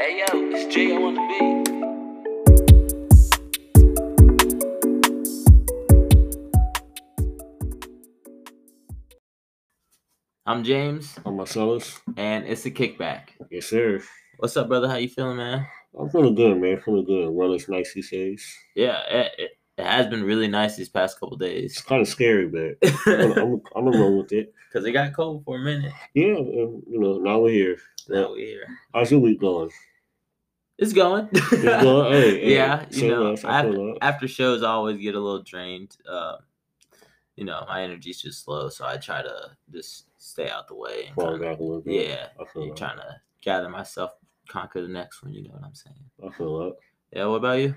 It's J O on the beat. I'm James, I'm Marcellus. and it's a kickback. Yes, sir. What's up, brother? How you feeling, man? I'm feeling good, man. Feeling good. Weather's nice these days. Yeah, it, it, it has been really nice these past couple It's days. kind of scary, but I'm Cause I'm, I'm gonna roll with it. it got cold for a minute. Yeah, uh, you know, now we're here. Now we're here. How's your week going? It's going. It's going. Hey, hey, yeah, you same know, us, I after, feel us. after shows, I always get a little drained. Uh, you know, my energy's just low, so I try to just stay out the way. And Fall kinda, back a little bit. yeah, I you feel that. trying to gather myself, conquer the next one. You know what I'm saying? I feel that. Yeah. What about you?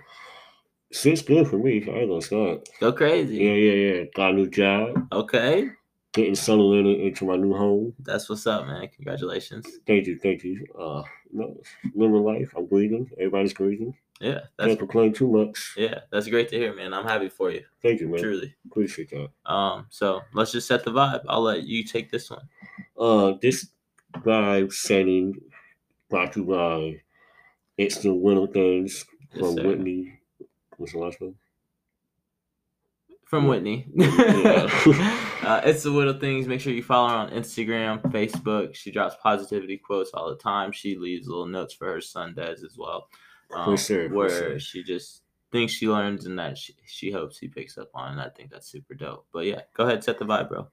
Shit's good for me. I ain't gonna stop. Go crazy. Yeah, yeah, yeah. Got a new job. Okay, Getting settled in into my new home. that's what's up, man. Congratulations. Thank you, thank you. Uh, no, living life. I'm breathing. Everybody's breathing. Yeah, that's Can't complain too much. yeah, that's great to hear, man. I'm happy for you, Thank you, man. truly. Appreciate that. Um, so let's just set the vibe. I'll let you take this one. Uh, this vibe setting brought to you by It's the Little Things Yes, from sir. Whitney. What's the last name? From Whitney. Yeah. uh, it's the little things. Make sure you follow her on Instagram, Facebook. She drops positivity quotes all the time. She leaves little notes for her son does as well. Um, sure, for where sure. she just thinks she learns and that she, she hopes he picks up on. And I think that's super dope. But yeah, go ahead, set the vibe, bro.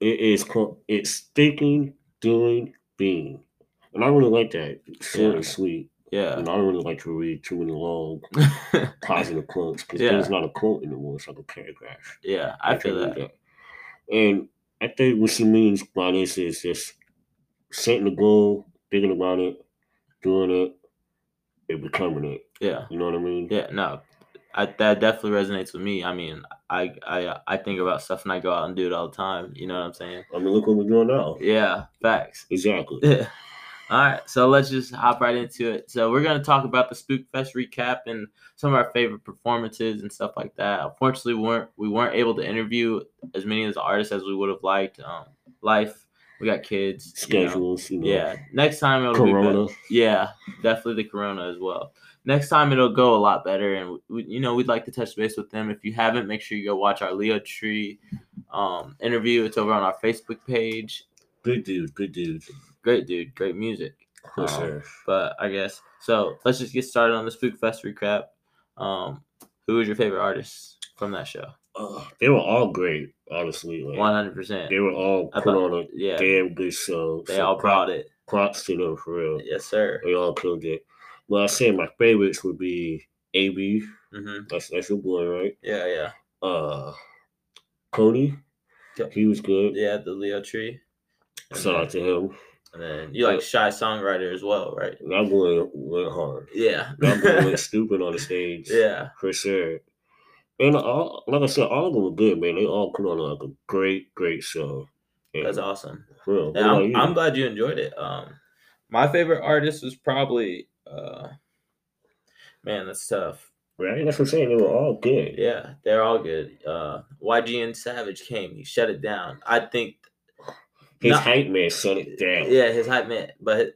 It is called It's Thinking, Doing, Being. And I really like that. It's short Yeah. and sweet. Yeah. And I don't really like to read too many long positive quotes because Yeah. there's not a quote anymore. It's like a paragraph. yeah, I can feel read that. And I think what she means by this is just setting the goal, thinking about it, doing it, and becoming it. Yeah. You know what I mean? Yeah, no, I, that definitely resonates with me. I mean, I, I I think about stuff and I go out and do it all the time. You know what I'm saying? I mean, look what we're doing now. Yeah, facts. Exactly. Yeah. All right, so let's just hop right into it. So we're gonna talk about the Spook Fest recap and some of our favorite performances and stuff like that. Unfortunately, we weren't we weren't able to interview as many of the artists as we would have liked. Um, life, we got kids. you know. Schedules, you know. Yeah, next time it'll be better. Corona. Yeah, definitely the corona as well. Next time it'll go a lot better, and we, you know we'd like to touch base with them. If you haven't, make sure you go watch our Leo Tree um, interview. It's over on our Facebook page. Good dude, good dude. Great dude, great music. For Um, sure. But I guess so. Let's just get started on the Spook Fest recap. Um, who was your favorite artist from that show? Uh, they were all great, honestly. Like, One hundred percent. They were all I put thought- on a Yeah, damn good show. they so all brought it. Props to them, for real. Yes, sir. They all killed it. Well, I say my favorites would be AB. hmm That's, that's your boy, right? Yeah, yeah, Uh, Cody. Yep. He was good. yeah. The Leo Tree. And Shout then- out to him. And then you like shy songwriter as well, right? That boy went hard. Yeah. That boy went stupid on the stage. yeah. For sure. And all, like I said, all of them were good, man. They all put on like a great, great show. And That's awesome. for real. And what about I'm, you? I'm glad you enjoyed it. Um my favorite artist was probably uh man, that's tough. right? That's what I'm saying. They were all good. Yeah, they're all good. Uh YGN Savage came, he shut it down. I think His No. hype man shut it down. yeah, his hype man, but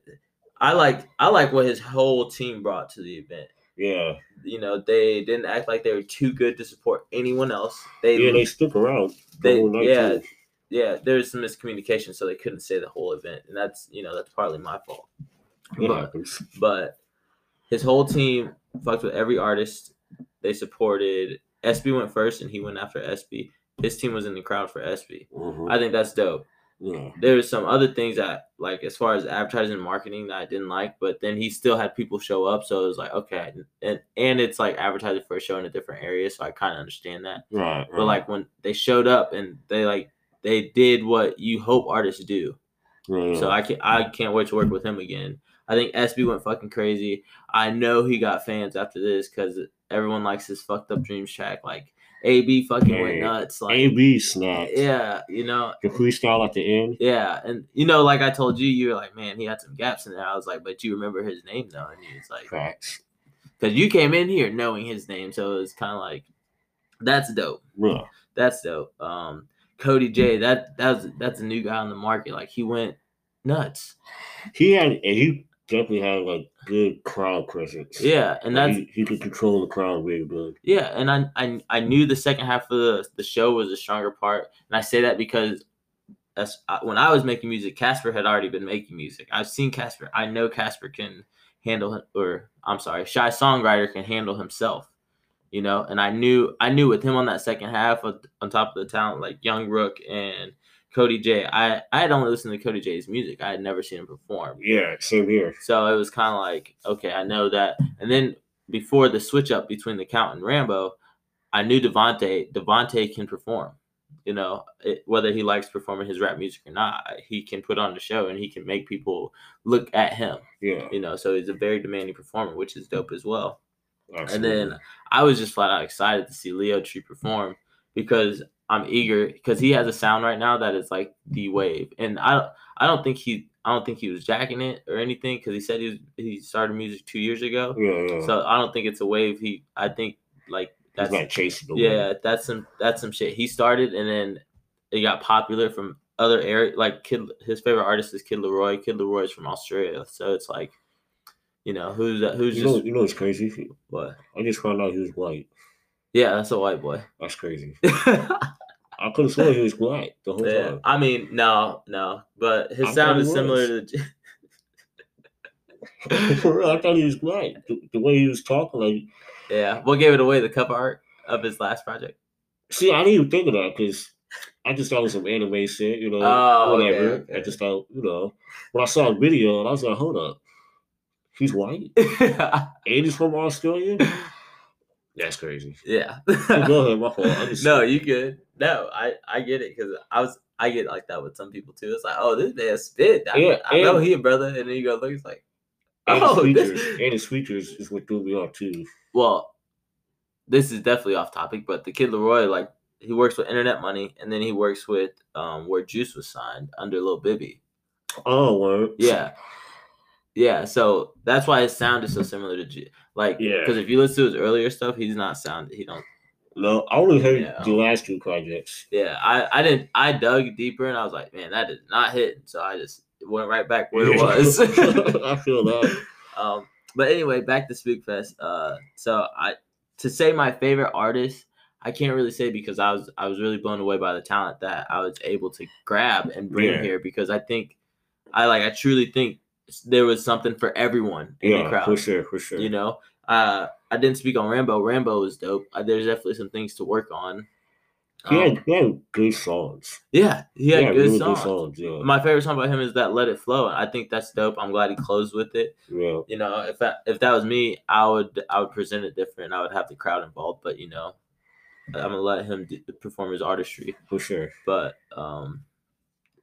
I like I like what his whole team brought to the event. Yeah. You know, they didn't act like they were too good to support anyone else. They Yeah, they stuck around. the They- whole night, yeah. too. yeah, there was some miscommunication, so they couldn't say the whole event, and that's you know that's partly my fault. It But- happens. But his whole team fucked with every artist. They supported. SB went first, and he went after SB. His team was in the crowd for SB. Mhm. I think that's dope. yeah. There was some other things that, like, as far as advertising and marketing, that I didn't like. But then he still had people show up, so it was like, okay, and and it's like advertising for a show in a different area, so I kind of understand that. Right, right. But like when they showed up and they like they did what you hope artists do, yeah, yeah. so I can't I can't wait to work with him again. I think SB went fucking crazy. I know he got fans after this because everyone likes his fucked up dreams track. Like AB fucking went Hey, nuts. Like A B snapped. yeah, you know, The freestyle at the end. yeah, and you know, like I told you, you were like, man, he had some gaps in there. I was like, but you remember his name though, and he was like, Facts. because you came in here knowing his name, so it's kind of like, that's dope. Bruh. That's dope. Um, Cody J, that that's that's a new guy on the market. Like he went nuts. He had and he definitely had like good crowd presence. Yeah, and Like, that's he, he could control the crowd really good. Yeah, and I, I I knew the second half of the, the show was the stronger part, and I say that because that's I- when I was making music. Casper had already been making music. I've seen Casper. I know Casper can handle, him- or I'm sorry, shy songwriter can handle himself. You know, and I knew I knew with him on that second half, of, on top of the talent like Young Rook and Cody J. I I had only listened to Cody J's music. I had never seen him perform. Yeah, same here. So it was kind of like, okay, I know that. And then before the switch up between the count and Rambo, I knew Devonte. Devonte can perform. You know, it, whether he likes performing his rap music or not, he can put on the show and he can make people look at him. Yeah. You know, so he's a very demanding performer, which is dope as well. And absolutely. then I was just flat out excited to see Leo Tree perform because I'm eager because he has a sound right now that is like the wave, and I don't I don't think he I don't think he was jacking it or anything because he said he was, he started music two years ago, yeah, yeah. so I don't think it's a wave. He I think like He's that's not chasing the yeah that's some that's some shit he started and then it got popular from other area like kid his favorite artist is Kid Leroy. Kid Leroy's from Australia, so it's like you know who's that who's You just know, you know what's crazy? what I just found out he was white. yeah that's a white boy. That's crazy. I could have sworn he was black the whole Yeah, time. I mean, no, no, but his I sound thought is he similar to. For real, I thought he was black. The, the way he was talking, like, Yeah, what gave it away? The cover art of his last project. see, I didn't even think of that because I just thought it was some anime shit, you know, Oh, okay, whatever. I okay. just thought, you know, when I saw a video, and I was like, hold up, he's white, yeah, and he's from Australia. That's crazy. yeah. But go ahead, my fault. I just, no, you good? No, I I get it because I was I get like that with some people too. It's like, oh, this man spit. I, Yeah, I know and- he a brother, and then you go look. It's like, and his oh, features, this- and his features is what threw me off too. well, this is definitely off topic, but the kid Leroy, like, he works with Internet Money, and then he works with um where Juice was signed under Lil Bibby. Oh, word. Yeah. Yeah, so that's why his sound is so similar to G. Like, Yeah. because if you listen to his earlier stuff, he's not sound. He don't. No, I only heard Yeah. the last two projects. Yeah, I I didn't. I dug deeper and I was like, man, that did not hit. So I just went right back where it was. I feel that. um, but anyway, back to Spookfest. Uh, so I to say my favorite artist, I can't really say because I was I was really blown away by the talent that I was able to grab and bring Yeah. here because I think I like I truly think there was something for everyone in the Yeah, crowd. for sure, for sure. You know, uh, I didn't speak on Rambo. Rambo is dope. Uh, there's definitely some things to work on. he, Um, had, he had good songs. yeah, he had good songs. Yeah, My favorite song by him is that "Let It Flow," and I think that's dope. I'm glad he closed with it. yeah, You know, if that if that was me, I would I would present it different. I would have the crowd involved, but you know, I'm gonna let him d- perform his artistry. for sure. But um,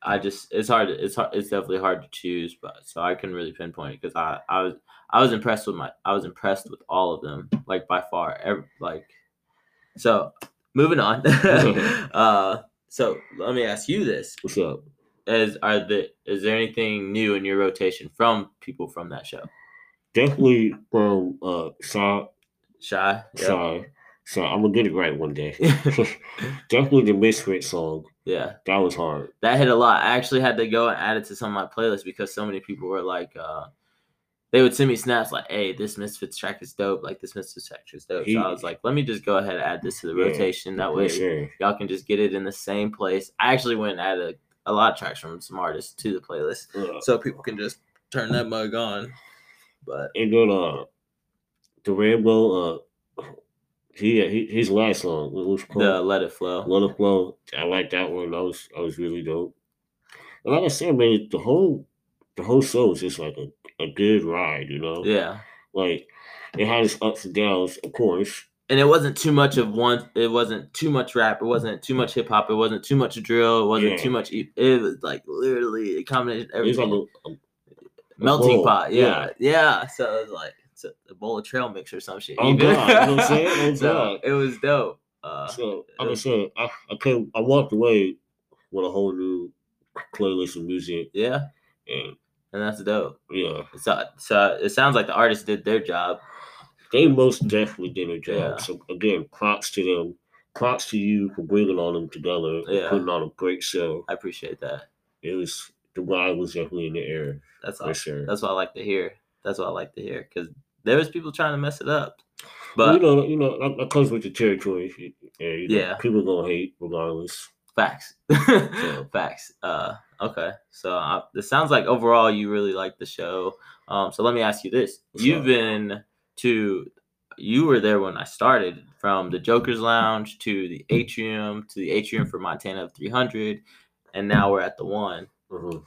I just it's hard. It's hard. It's definitely hard to choose. But so I couldn't really pinpoint it because I I was I was impressed with my I was impressed with all of them like by far ev like so moving on uh so let me ask you this What's up? is are the is there anything new in your rotation from people from that show Definitely from uh, Shy. shy yeah Shy. Shy. I'm gonna get it right one day. Definitely the Misfit song. yeah That was hard. that hit a lot. I actually had to go and add it to some of my playlists because so many people were like, uh, they would send me snaps like, "Hey, this Misfits track is dope. Like this Misfits track is dope." So I was like, "Let me just go ahead and add this to the Yeah, rotation. That For way, sure. y'all can just get it in the same place." I actually went and added a, a lot of tracks from some artists to the playlist, Yeah. so people can just turn that mug on. But And then uh, the Rambo. Uh, he, he his last song. It was called the Let It Flow, Let It Flow. I like that one. That was that was really dope. And like I said, man, the whole the whole show is just like a, a good ride, you know? yeah, Like it had its ups and downs, of course. and it wasn't too much of one. It wasn't too much rap. It wasn't too much hip hop. It wasn't too much drill. It wasn't Yeah. too much. e- It was like literally a combination. of It was Everything. like a, a- melting bowl. pot. Yeah, Yeah. yeah. So it was like it's a, a bowl of trail mix or some shit. Oh, even. God, you know what I'm saying? Oh, so God. it was dope. Uh, so like I said, I, I came I walked away with a whole new playlist of music yeah, and and that's dope. yeah. So, so it sounds like the artists did their job. They most definitely did a job. Yeah. So again, props to them. Props to you for bringing all them together and Yeah. putting on a great show. I appreciate that. It was the line was definitely in the air That's for all. sure. That's what I like to hear. That's what I like to hear because there was people trying to mess it up, But, you but know, you know, that, that comes with the territory. Yeah, you know, Yeah. people gonna hate regardless. facts, facts. Uh, okay, so uh, this sounds like overall you really like the show. Um, so let me ask you this: What's You've up? been to, you were there when I started, from the Joker's Lounge to the atrium to the atrium for Montana 300, and now we're at the one. hmm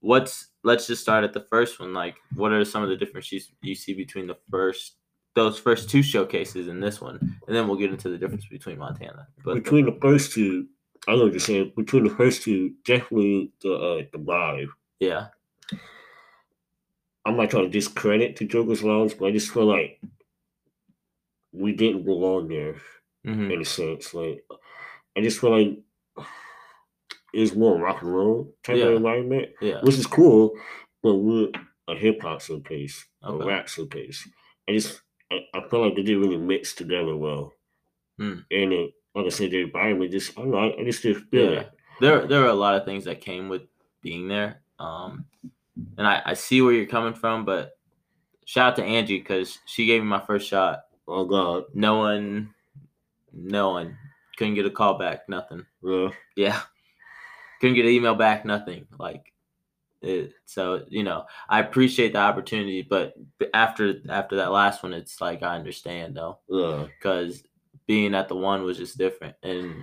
what's let's just start at the first one like what are some of the differences you see between the first those first two showcases and this one and then we'll get into the difference between montana but between the first two, I know what you're saying. Between the first two, definitely the uh, the vibe. yeah I'm not trying to discredit the Joker's Lounge, but I just feel like we didn't belong there hmm in a sense. Like I just feel like it was more rock and roll type Yeah. of environment, yeah which is cool, but we're a hip hop showcase, Okay. a rap showcase. I just I, I feel like they didn't really mix together well, Hmm. and it, like I said, the environment just I don't know, I, I just didn't feel Yeah. it. there there are a lot of things that came with being there um and i i see where you're coming from but shout out to angie because she gave me my first shot Oh God, no one no one couldn't get a call back nothing yeah. Yeah. Couldn't get an email back, nothing. Like it, so you know, I appreciate the opportunity, but after after that last one, it's like I understand though, Yeah, because being at the one was just different, and,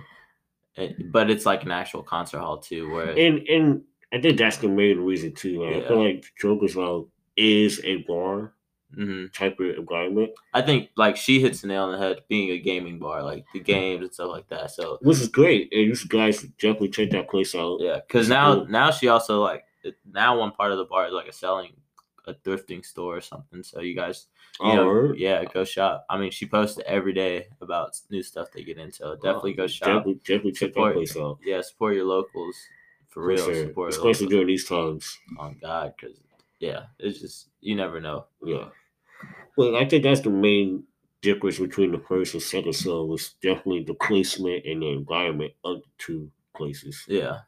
and but it's like an actual concert hall too, where and and I think that's the main reason too. Like, I feel like Joker's Lounge is a bar Mhm. type of environment, I think like she hits the nail on the head, being a gaming bar, like the games and stuff like that. So which is great. And you guys should definitely check that place out. yeah, because now now she also like it- now one part of the bar is like a selling a thrifting store or something. So you guys you know, Or yeah, go shop. I mean, she posts every day about s- new stuff they get into. Definitely go shop. Oh, definitely, definitely check Support. that place out. Yeah, support your locals for For real. sure. Support your Especially locals during these times. on God, because yeah, it's just you never know. Yeah. Well, I think that's the main difference between the first and second song was definitely the placement and the environment of the two places. Yeah,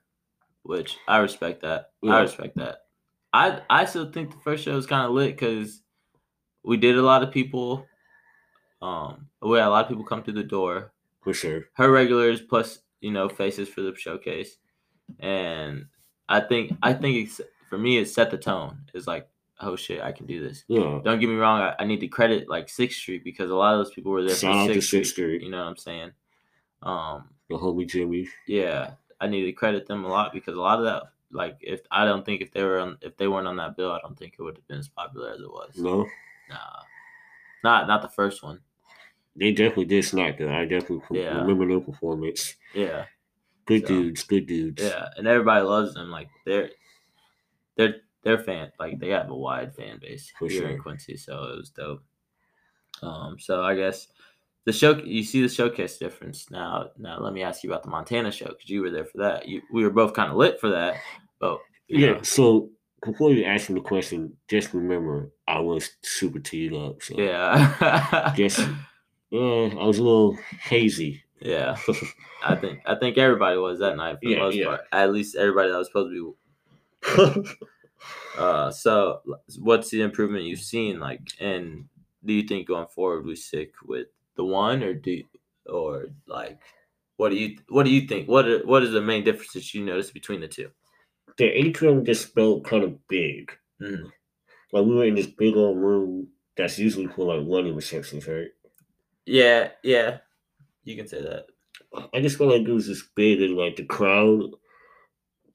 which I respect that. I Yeah. respect that. I I still think the first show was kind of lit because we did a lot of people. Um, we had a lot of people come through the door. For sure. her regulars plus you know faces for the showcase and i think i think it's, for me it set the tone it's like oh shit i can do this Yeah. don't get me wrong i, I need to credit like sixth street because a lot of those people were there Shout out for to sixth Sixth street Street, you know what i'm saying um the homie Jimmy. yeah i need to credit them a lot because a lot of that like if i don't think if they were on if they weren't on that bill i don't think it would have been as popular as it was No, nah not not the first one they definitely did smack that. I definitely pre- Yeah. remember their performance. yeah Good So- dudes, good dudes. Yeah, and everybody loves them. Like they're they're they're fan like they have a wide fan base For here in sure. Quincy, so it was dope. Um, so I guess the show you see the showcase difference now. Now let me ask you about the Montana show because you were there for that. You, we were both kind of lit for that, but you Yeah. know, So before you ask me the question, just remember I was super teed up. So yeah, Yes. yeah, Mm, I was a little hazy. yeah. I think I think everybody was that night for the Yeah, most yeah. part. At least everybody that was supposed to be Uh, so l- what's the improvement you've seen like, and do you think going forward we stick with the one or do or like what do you what do you think what are, what is the main differences you notice between the 2 the atrium just felt kind of big. Mhm. Like we were in this big old room that's usually for like wedding receptions, right? Yeah, yeah, you can say that. I just felt like it was just big and like the crowd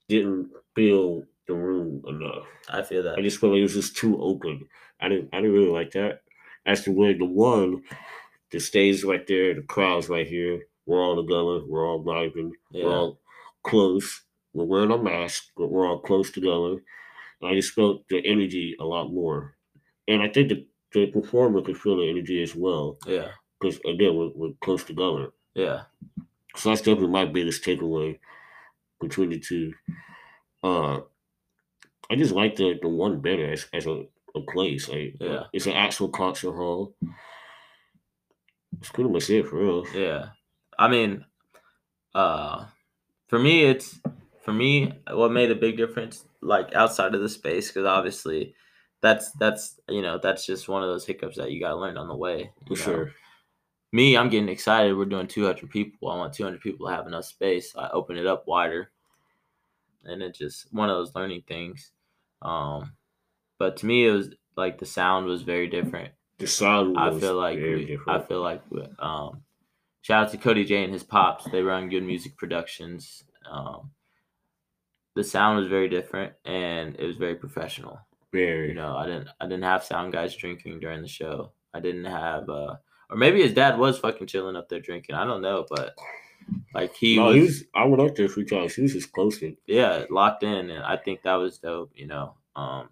didn't fill the room enough. I feel I that. just felt like it was just too open. I didn't I didn't really like that. As to where the one, the stage right there, the crowd's right here. We're all together. We're all vibing. We're Yeah, all close. We're wearing our mask, but we're all close together. And I just felt the energy a lot more. And I think the, the performer could feel the energy as well. yeah, Because again, we're, we're close together. yeah, So that's definitely my biggest takeaway between the two. Uh, I just like the, the one better as, as a, a place. Like, uh, Yeah. It's an actual concert hall. That's pretty much it for real. yeah. I mean, uh, for me, it's for me what made a big difference like outside of the space because obviously that's that's you know that's just one of those hiccups that you got to learn on the way. For you know? sure. Me, I'm getting excited. We're doing 200 people. I want 200 people to have enough space. I open it up wider, and it just one of those learning things. Um, but to me, it was like the sound was very different. The sound I was feel like very we, I different. feel like we- um, shout out to Cody J and his pops. They run good music productions. Um, the sound was very different and it was very professional. very. You know, I didn't I didn't have sound guys drinking during the show. I didn't have uh or maybe his dad was fucking chilling up there drinking. I don't know, but like he no, was he was. I went up there a few times. He was just closing, yeah, locked in and I think that was dope, you know. Um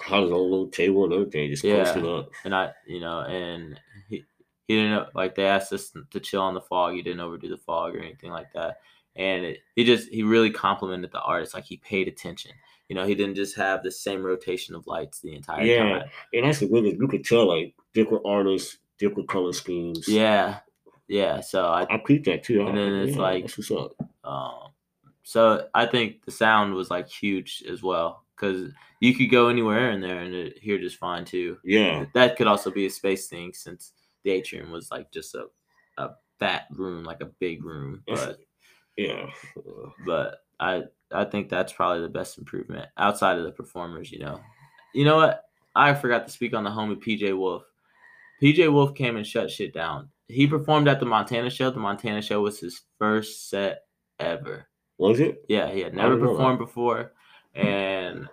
had his own little table and everything, just Yeah. closing up. and I, you know, and he, he didn't like they asked us to chill on the fog. He didn't overdo the fog or anything like that. And it, he just he really complimented the artist. Like he paid attention. You know, he didn't just have the same rotation of lights the entire Yeah. time. And that's the thing is, you could tell like different artists, different color schemes. Yeah, yeah. So I I peeped that too. I And was then it's "Yeah, like- that's what's up. Um, so I think the sound was like huge as well because you could go anywhere in there and it, hear just fine too. Yeah, That could also be a space thing since the atrium was like just a a fat room, like a big room. Yes. But yeah. Uh, but I I think that's probably the best improvement outside of the performers. You know, you know what? I forgot to speak on the homie PJ Wolf. PJ Wolf came and shut shit down. He performed at the Montana show. The Montana show was his first set ever. Was it? Yeah, he had I never didn't know that. performed before. And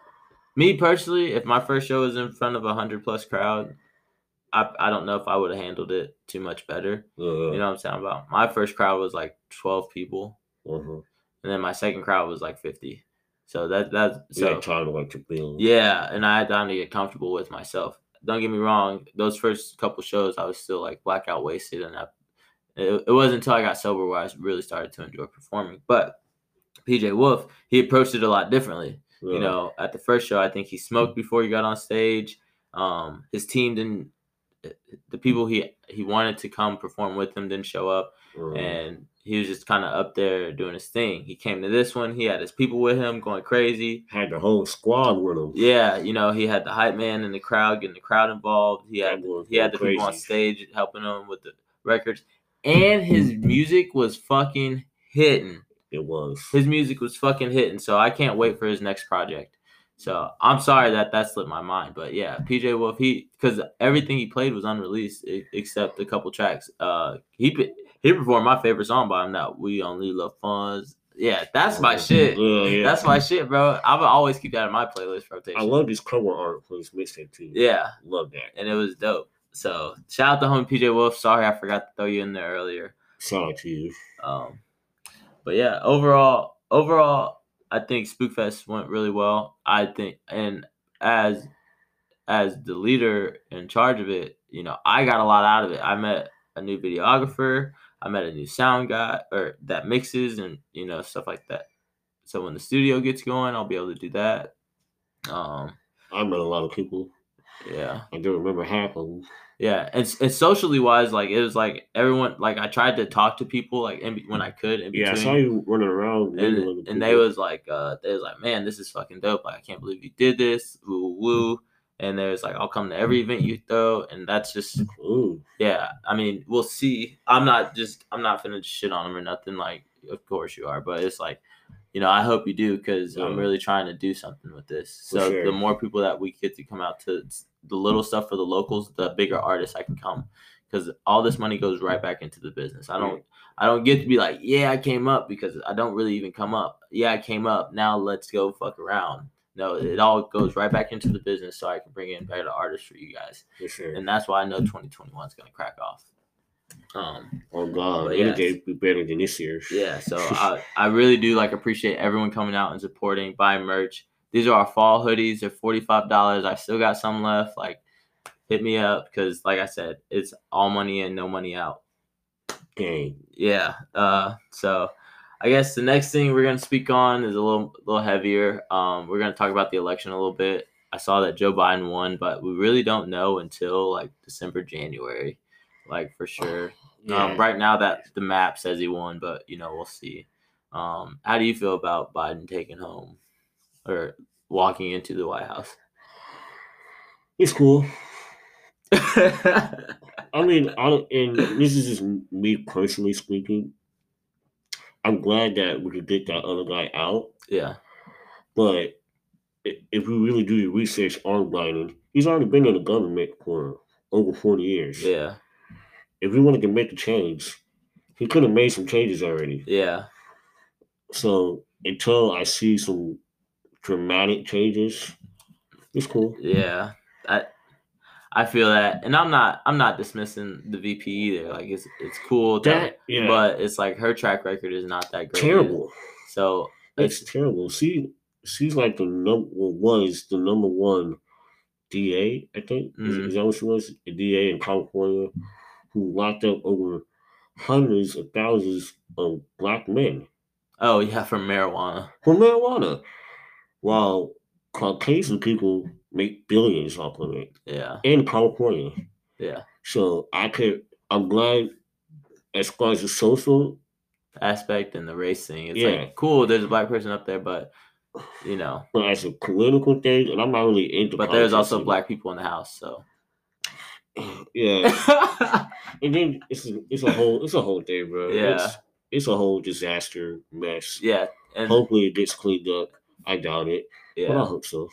me personally, if my first show was in front of a hundred plus crowd, I I don't know if I would have handled it too much better. Uh, You know what I'm saying about? My first crowd was like twelve people, uh-huh. and then my second crowd was like fifty. So that that So, so time to like to build. yeah, and I had time to get comfortable with myself. Don't get me wrong; those first couple shows, I was still like blackout wasted, and I, it, it wasn't until I got sober where I really started to enjoy performing. But PJ Wolf, he approached it a lot differently. Yeah. You know, at the first show, I think he smoked before he got on stage. Um, his team didn't. eh, The people he he wanted to come perform with him didn't show up Uh, and he was just kind of up there doing his thing. He came to this one, he had his people with him going crazy. had the whole squad with him. Yeah, you know, he had the hype man in the crowd, getting the crowd involved. He had That boy was he had going the people on crazy. stage helping him with the records, and his music was fucking hitting. It was. His music was fucking hitting. So I can't wait for his next project. So I'm sorry that that slipped my mind, but yeah, PJ Wolf, he because everything he played was unreleased e- except a couple tracks. Uh, he pe- he performed my favorite song by him that we only love funds. Yeah, that's my Uh, shit. Yeah, yeah. That's my shit, bro. I would always keep that in my playlist I rotation. love this cover art for his mixtape too. Yeah, Love that. and it was dope. So shout out to homie PJ Wolf. Sorry, I forgot to throw you in there earlier. Shout out to you. Um, but yeah, overall, overall, I think Spookfest went really well. I think, and as as the leader in charge of it, you know, I got a lot out of it. I met a new videographer. I met a new sound guy or that mixes and you know stuff like that. So when the studio gets going, I'll be able to do that. Um, I met a lot of people. yeah. I don't remember half of them. Yeah, and, s- and socially wise, like it was like everyone, like I tried to talk to people like in, be- when I could. In Yeah, I between. saw you running around. mingling and, with and they people. was like uh they was like man this is fucking dope like i can't believe you did this woo woo and they was like i'll come to every event you throw and that's just Ooh, yeah i mean we'll see i'm not just i'm not finna shit on them or nothing like of course you are but it's like you know i hope you do because i'm Yeah. really trying to do something with this For so sure. the more people that we get to come out to it's the little stuff for the locals the bigger artists i can come because all this money goes right back into the business i don't i don't get to be like yeah i came up because i don't really even come up yeah i came up now let's go fuck around no it all goes right back into the business so i can bring in better artists for you guys for sure. and that's why I know 2021 is going to crack off. Um, Oh God, But any yes. day be better than this year. yeah, so I, I really do like appreciate everyone coming out and supporting, buying merch. These are our fall hoodies. They're forty five dollars. I still got some left. Like, hit me up because, like I said, it's all money in, no money out. Dang. Yeah. Uh, so, I guess the next thing we're gonna speak on is a little little heavier. Um, we're gonna talk about the election a little bit. I saw that Joe Biden won, but we really don't know until like December, January, like for sure. Um, right now, that the map says he won, but you know we'll see. Um, how do you feel about Biden taking home or walking into the White House. It's cool. I mean, I don't, and this is just me personally speaking. I'm glad that we could get that other guy out, yeah, but i- if we really do the research on Biden, he's already been in the government for over 40 years. yeah, If we wanted to make a change, he could have made some changes already. yeah, So until I see some dramatic changes, it's cool. yeah. I I feel that, and I'm not I'm not dismissing the VP either. Like it's it's cool that, That, yeah, but it's like her track record is not that great. either. terrible. So It's terrible. She she's like the number well, was the number one DA. I think Is- Mhm. is that what she was? A DA in California who locked up over hundreds of thousands of black men oh yeah, for marijuana. for marijuana, while Caucasian people make billions off of it Yeah, in California. yeah. So I could. I'm glad as far as the social. Aspect and the race thing. It's Yeah. like cool. There's a black person up there, but you know, But as a political thing, and I'm not really into. but there's politics also either. black people in the house. So Yeah, And then it's a, it's a whole it's a whole thing, bro. Yeah. It's, it's a whole disaster mess. yeah, and Hopefully it gets cleaned up. I doubt it, but I yeah, hope so.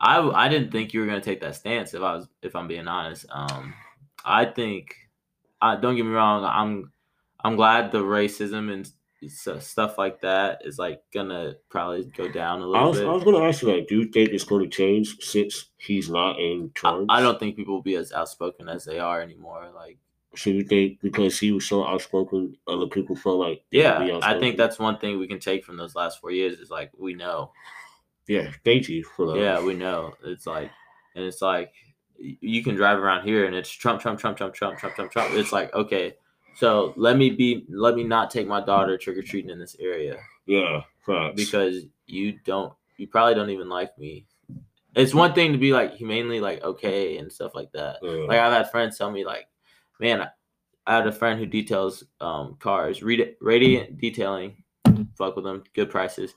I I didn't think you were gonna take that stance. If I was, if I'm being honest, um, I think, I don't get me wrong. I'm I'm glad the racism and s- stuff like that is like gonna probably go down a I little was, I bit. was gonna ask you that. Do you think it's gonna change since he's not in I, charge? I don't think people will be as outspoken as they are anymore. Like, So you think because he was so outspoken, other people felt like they could yeah, I be think outspoken? that's one thing we can take from those last four years is like we know, yeah. Thank you for that. yeah, we know. It's like, and it's like y- you can drive around here and it's Trump, Trump, Trump, Trump, Trump, Trump, Trump, Trump. It's like okay, so let me be, let me not take my daughter trick or treating in this area yeah, facts. because you don't, you probably don't even like me. It's one thing to be like humanely like okay and stuff like that. Yeah. Like I've had friends tell me like, man, I had a friend who details um cars, Radi- radiant detailing, fuck with them, good prices.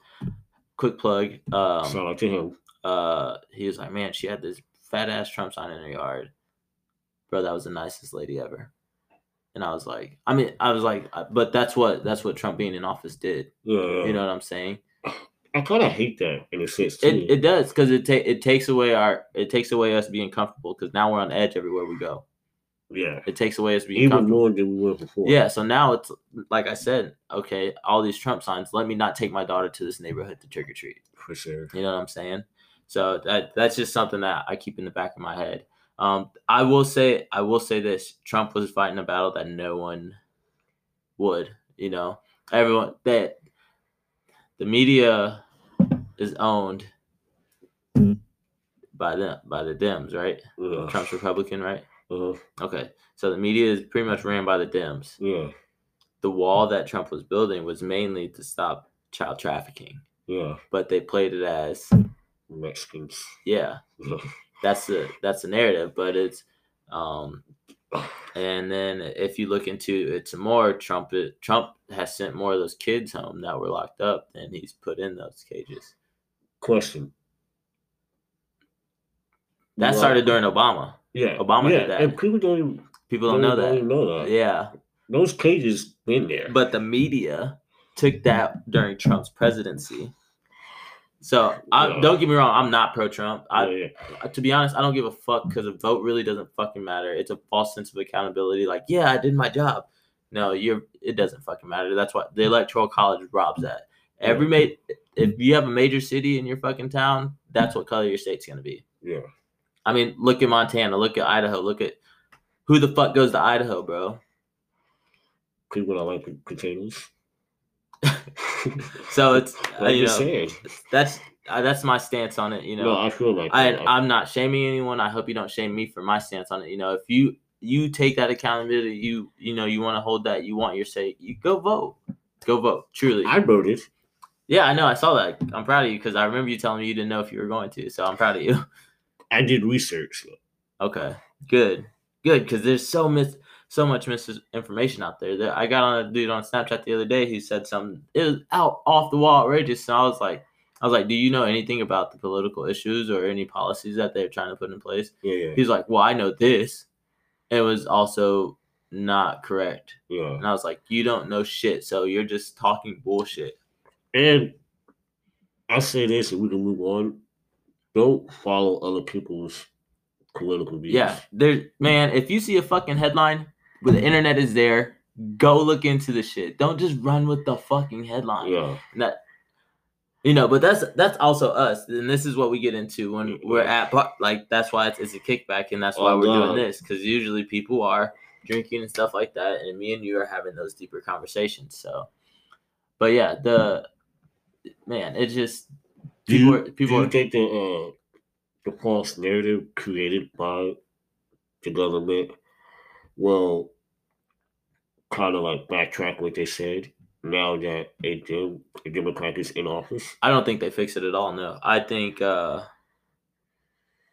Quick plug. Um, shout out to him. uh, he was like, man, she had this fat ass Trump sign in her yard, bro. That was the nicest lady ever. And I was like, I mean, I was like, uh, but that's what that's what Trump being in office did. Yeah, You know what I'm saying? I kind of hate that in a sense too. It, it does because it ta- it takes away our it takes away us being comfortable because now we're on edge everywhere we go. yeah, It takes away us being even comfortable. more than we were before. Yeah, so now it's like I said, okay, all these Trump signs. Let me not take my daughter to this neighborhood to trick or treat. for sure. You know what I'm saying? So that that's just something that I keep in the back of my head. Um, I will say I will say this: Trump was fighting a battle that no one would. You know, everyone that the media is owned by them by the Dems, right? Yeah. Trump's Republican, right? Uh-huh. Okay, so the media is pretty much ran by the Dems yeah, the wall that Trump was building was mainly to stop child trafficking, yeah. but they played it as Mexicans. yeah, that's the that's the narrative, but it's um and then if you look into it some more, Trump it, Trump has sent more of those kids home that were locked up than he's put in those cages. Question. That Right. started during Obama. Yeah, Obama yeah, did that. And people don't even, People don't know even that. know that. Yeah, Those cages been there. but the media took that during Trump's presidency. So I, Yeah. don't get me wrong, I'm not pro Trump. I, yeah, yeah. Uh, to be honest, I don't give a fuck because a vote really doesn't fucking matter. It's a false sense of accountability. Like, yeah, I did my job. No, you're. It doesn't fucking matter. That's why the electoral college robs that. Every ma- if you have a major city in your fucking town, that's what color your state's gonna be. yeah. I mean, look at Montana, look at Idaho, look at who the fuck goes to Idaho, bro. People don't like con- containers. So it's uh, like you you know said. that's uh, that's my stance on it. You know, no, I feel like I, that. I'm not shaming anyone. I hope you don't shame me for my stance on it. You know, if you you take that accountability, you you know you want to hold that, you want your say, you go vote, go vote. Truly, I wrote it. yeah, I know. I saw that. I'm proud of you because I remember you telling me you didn't know if you were going to. So I'm proud of you. I did research. Okay, good, good. Because there's so mis so much misinformation out there. That I got on a dude on Snapchat the other day who said something. It was out off the wall outrageous, and I was like, I was like, "Do you know anything about the political issues or any policies that they're trying to put in place?" Yeah, yeah, He's like, "Well, I know this." It was also not correct, yeah. and I was like, "You don't know shit, so you're just talking bullshit." And I say this, and we can move on. Don't follow other people's political views. Yeah, there, man. If you see a fucking headline, where the internet is there, go look into the shit. Don't just run with the fucking headline. yeah, And that you know but that's that's also us and this is what we get into when we're at bar- like that's why it's, it's a kickback and that's why Oh, we're God. doing this because usually people are drinking and stuff like that and me and you are having those deeper conversations so but yeah the man it just Do people you, are, people do are, you think the uh, the false narrative created by the government will kind of like backtrack what they said now that a, dem- a Democrat is in office? i don't think they fix it at all no i think uh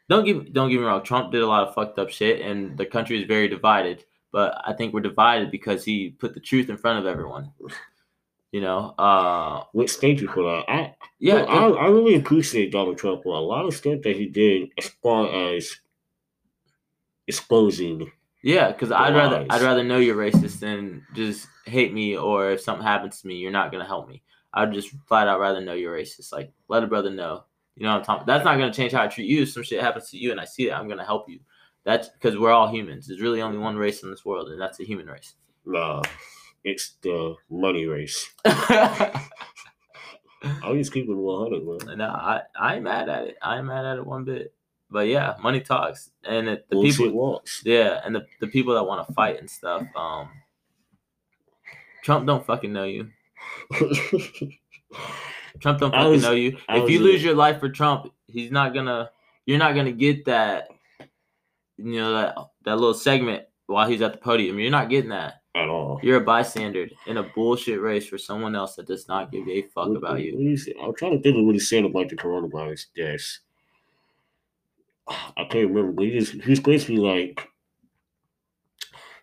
don't give don't get me wrong trump did a lot of fucked up shit and the country is very divided but i think we're divided because he put the truth in front of everyone you know uh Which thank you for that. I Yeah, no, I, I really appreciate Donald Trump for a lot of stuff that he did as far as exposing. yeah, because I'd rather lies. I'd rather know you're racist than just hate me or if something happens to me, you're not gonna help me. I'd just flat out rather know you're racist. Like let a brother know. You know what I'm talking. That's not gonna change how I treat you. If some shit happens to you and I see that, I'm gonna help you. That's because we're all humans. There's really only one race in this world, and that's the human race. Nah, it's the money race. no, I'll just keep it 100, man. uh, I I ain't mad at it. I ain't mad at it one bit. But yeah, money talks, and it, the Bullshit people walks. Yeah, and the, the people that want to fight and stuff. Um, Trump don't fucking know you. Trump don't I fucking was- know you. I If you was, uh, lose your life for Trump, he's not gonna. You're not gonna get that. You know that that little segment while he's at the podium. You're not getting that. At all. You're a bystander in a bullshit race for someone else that does not give a fuck What- about you. what is it? I'm trying to think of what he said about the coronavirus deaths. I can't remember, but he just, he's basically like,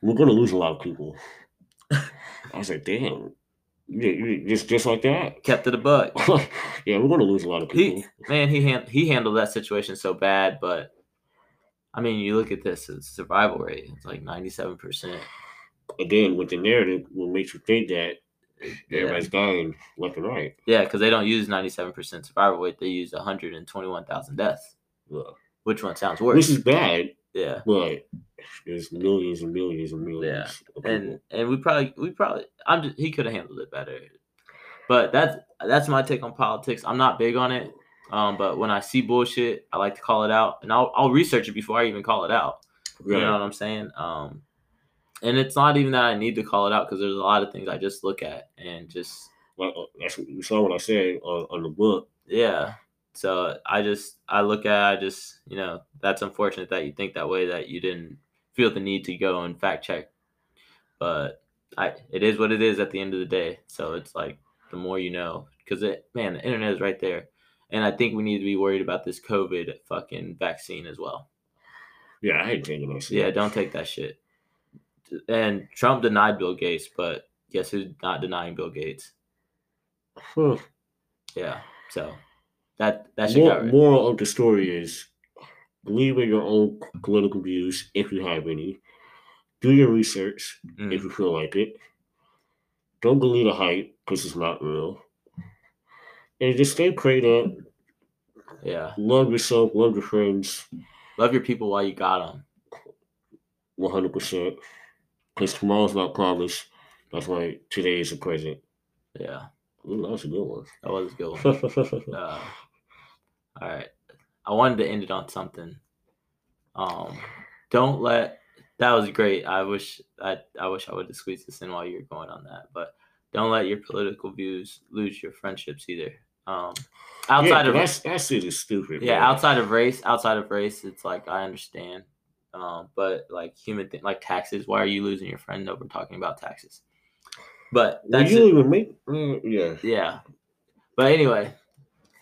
we're going to lose a lot of people. I was like, damn. Yeah, you- just, just like that. Kept it a buck. yeah, we're going to lose a lot of people. He man, he han- he handled that situation so bad, but. I mean, you look at this, it's survival rate. It's like 97%. Again, with the narrative, will make you think that Yeah. everybody's dying left and right. Yeah, because they don't use 97% survival rate. They use 121,000 deaths. Well, Which one sounds Which worse? is bad, Yeah. but there's millions and millions and millions of people. And and we probably we probably I'm just, he could have handled it better. But that's that's my take on politics. I'm not big on it. Um, but when I see bullshit, I like to call it out and I'll I'll research it before I even call it out. Right. You know what I'm saying? Um and it's not even that I need to call it out because there's a lot of things I just look at and just Like, uh, that's what you saw what I said on, on the book. yeah so i just i look at i just you know that's unfortunate that you think that way that you didn't feel the need to go and fact check but i it is what it is at the end of the day so it's like the more you know because it man the internet is right there and i think we need to be worried about this covid fucking vaccine as well Yeah, I ain't taking that shit. yeah don't take that shit and trump denied bill gates but guess who's not denying bill gates Huh. yeah so that that should Mor- cover it. moral of the story is believe in your own political views if you have any. Do your research Mm. if you feel like it. Don't believe the hype because it's not real. And just stay prayed up. yeah Love yourself, love your friends love your people while you got them 100%. Because tomorrow's not promised. That's why today is the present. Yeah, Ooh, that was a good that was a good one. one. Uh, all right, I wanted to end it on something. Um, don't let that was great. I wish I I wish I would have squeezed this in while you were going on that, but don't let your political views lose your friendships either. Um, outside yeah, of that's that shit is stupid. yeah man. outside of race outside of race it's like i understand um, but like human thing like taxes why are you losing your friend over talking about taxes but Will that's you it. even make? Uh, yeah, yeah but anyway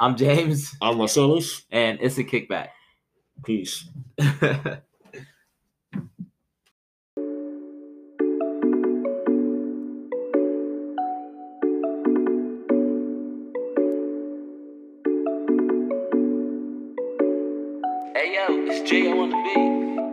i'm james I'm Marcellus. and it's a kickback Peace. Hey yo, it's J.O. on the beat.